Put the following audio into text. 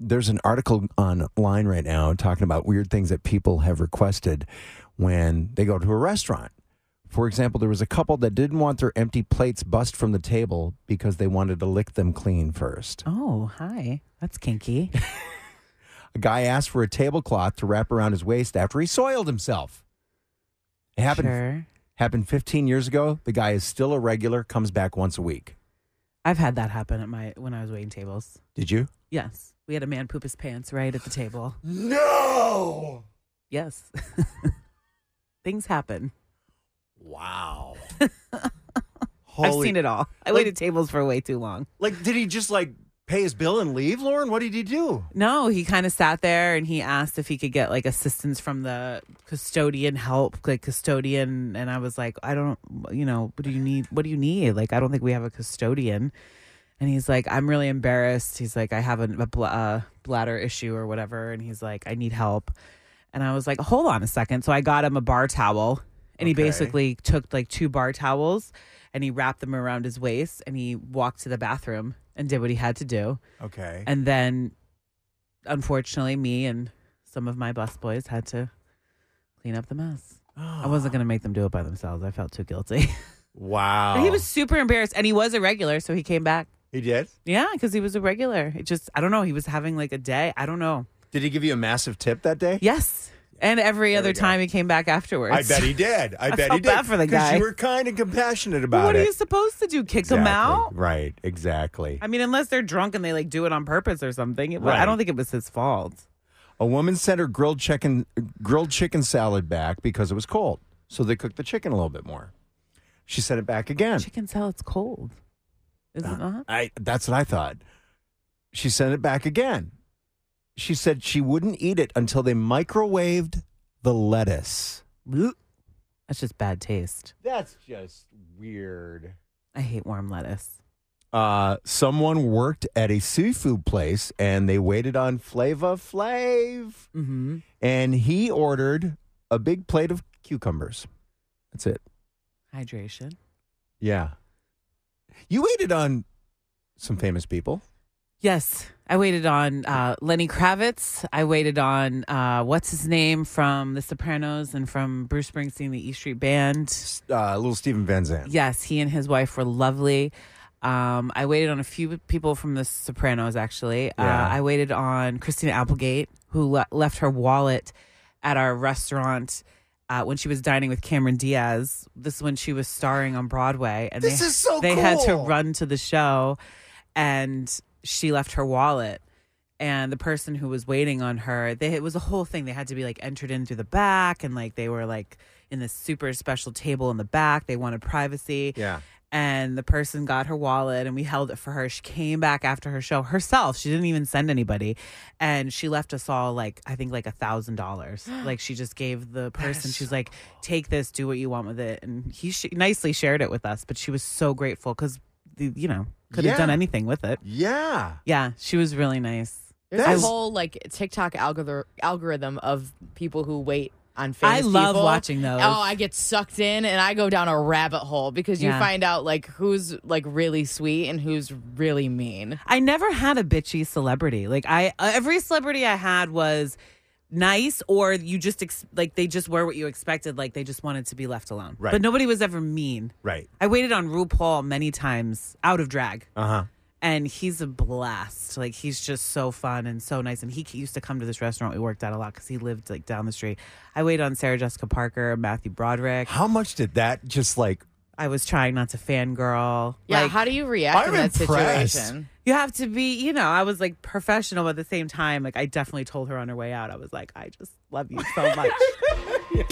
there's an article online right now talking about weird things that people have requested when they go to a restaurant. For example, there was a couple that didn't want their empty plates bust from the table because they wanted to lick them clean first. Oh, hi. That's kinky. A guy asked for a tablecloth to wrap around his waist after he soiled himself. It happened Sure. happened 15 years ago. The guy is still a regular, comes back once a week. I've had that happen at my when I was waiting tables. Did you? Yes. We had a man poop his pants right at the table. No. Yes. Things happen. Wow. I've seen it all. I Like- waited tables for way too long. Like, did he just like pay his bill and leave, Lauren? What did he do? No, he kind of sat there and he asked if he could get like assistance from the custodian help, like custodian. And I was like, I don't, you know, what do you need? What do you need? Like, I don't think we have a custodian. And he's like, I'm really embarrassed. He's like, I have a, a bl- uh, bladder issue or whatever. And he's like, I need help. And I was like, hold on a second. So I got him a bar towel. And he Okay. basically took like two bar towels and he wrapped them around his waist and he walked to the bathroom and did what he had to do. Okay. And then, unfortunately, me and some of my bus boys had to clean up the mess. Oh, I wasn't going to make them do it by themselves. I felt too guilty. Oh. Wow. But he was super embarrassed, and he was a regular, so he came back. He did. Yeah, because he was a regular. It just, I don't know. He was having like a day. I don't know. Did he give you a massive tip that day? Yes. And every There we other go. time he came back afterwards. I bet he did. I, bet he felt did. bad for the 'Cause guy. you were kind and compassionate about what it. are you supposed to do? Kick them Exactly. out? Right. Exactly. I mean, unless they're drunk and they like do it on purpose or something. It- Right. I don't think it was his fault. A woman sent her grilled chicken grilled chicken salad back because it was cold, so they cooked the chicken a little bit more. She sent it back again. Chicken salad's cold, is it not? Uh-huh. I that's what I thought. She sent it back again. She said she wouldn't eat it until they microwaved the lettuce. That's just bad taste. That's just weird. I hate warm lettuce. Uh, someone worked at a seafood place and they waited on Flava Flav, Mm-hmm. and he ordered a big plate of cucumbers. That's it. Hydration. Yeah. You waited on some famous people. Yes, I waited on uh, Lenny Kravitz. I waited on uh, what's his name from The Sopranos and from Bruce Springsteen, the E Street Band. S- Uh, little Steven Van Zandt. Yes, he and his wife were lovely. Um, I waited on a few people from The Sopranos, actually. Yeah. Uh, I waited on Christina Applegate, who le- left her wallet at our restaurant uh, when she was dining with Cameron Diaz. This is when she was starring on Broadway. And This they, is so They had to cool. run to the show, and she left her wallet. And the person who was waiting on her, they, it was a whole thing. They had to be like entered in through the back, and like they were like in this super special table in the back. They wanted privacy Yeah. and the person got her wallet and we held it for her. She came back after her show herself. She didn't even send anybody. And she left us all like, I think like a thousand dollars. Like she just gave the person, she's like, take this, do what you want with it. And he sh- nicely shared it with us, but she was so grateful because, you know, could have Yeah. done anything with it. Yeah. Yeah, she was really nice. There's That's- a whole like TikTok algorithm algorithm of people who wait on I famous love people. watching those. Oh, I get sucked in and I go down a rabbit hole because you Yeah. find out like who's like really sweet and who's really mean. I never had a bitchy celebrity. Like I, every celebrity I had was nice, or you just ex- like they just were what you expected. Like they just wanted to be left alone. Right. But nobody was ever mean. Right. I waited on RuPaul many times out of drag, Uh huh. and he's a blast. Like he's just so fun and so nice. And he used to come to this restaurant we worked at a lot because he lived like down the street. I waited on Sarah Jessica Parker, Matthew Broderick. How much did that just like? I was trying not to fangirl. Yeah, Like, how do you react I'm in that impressed. situation? you have to be you know i was like professional but at the same time like i definitely told her on her way out i was like i just love you so much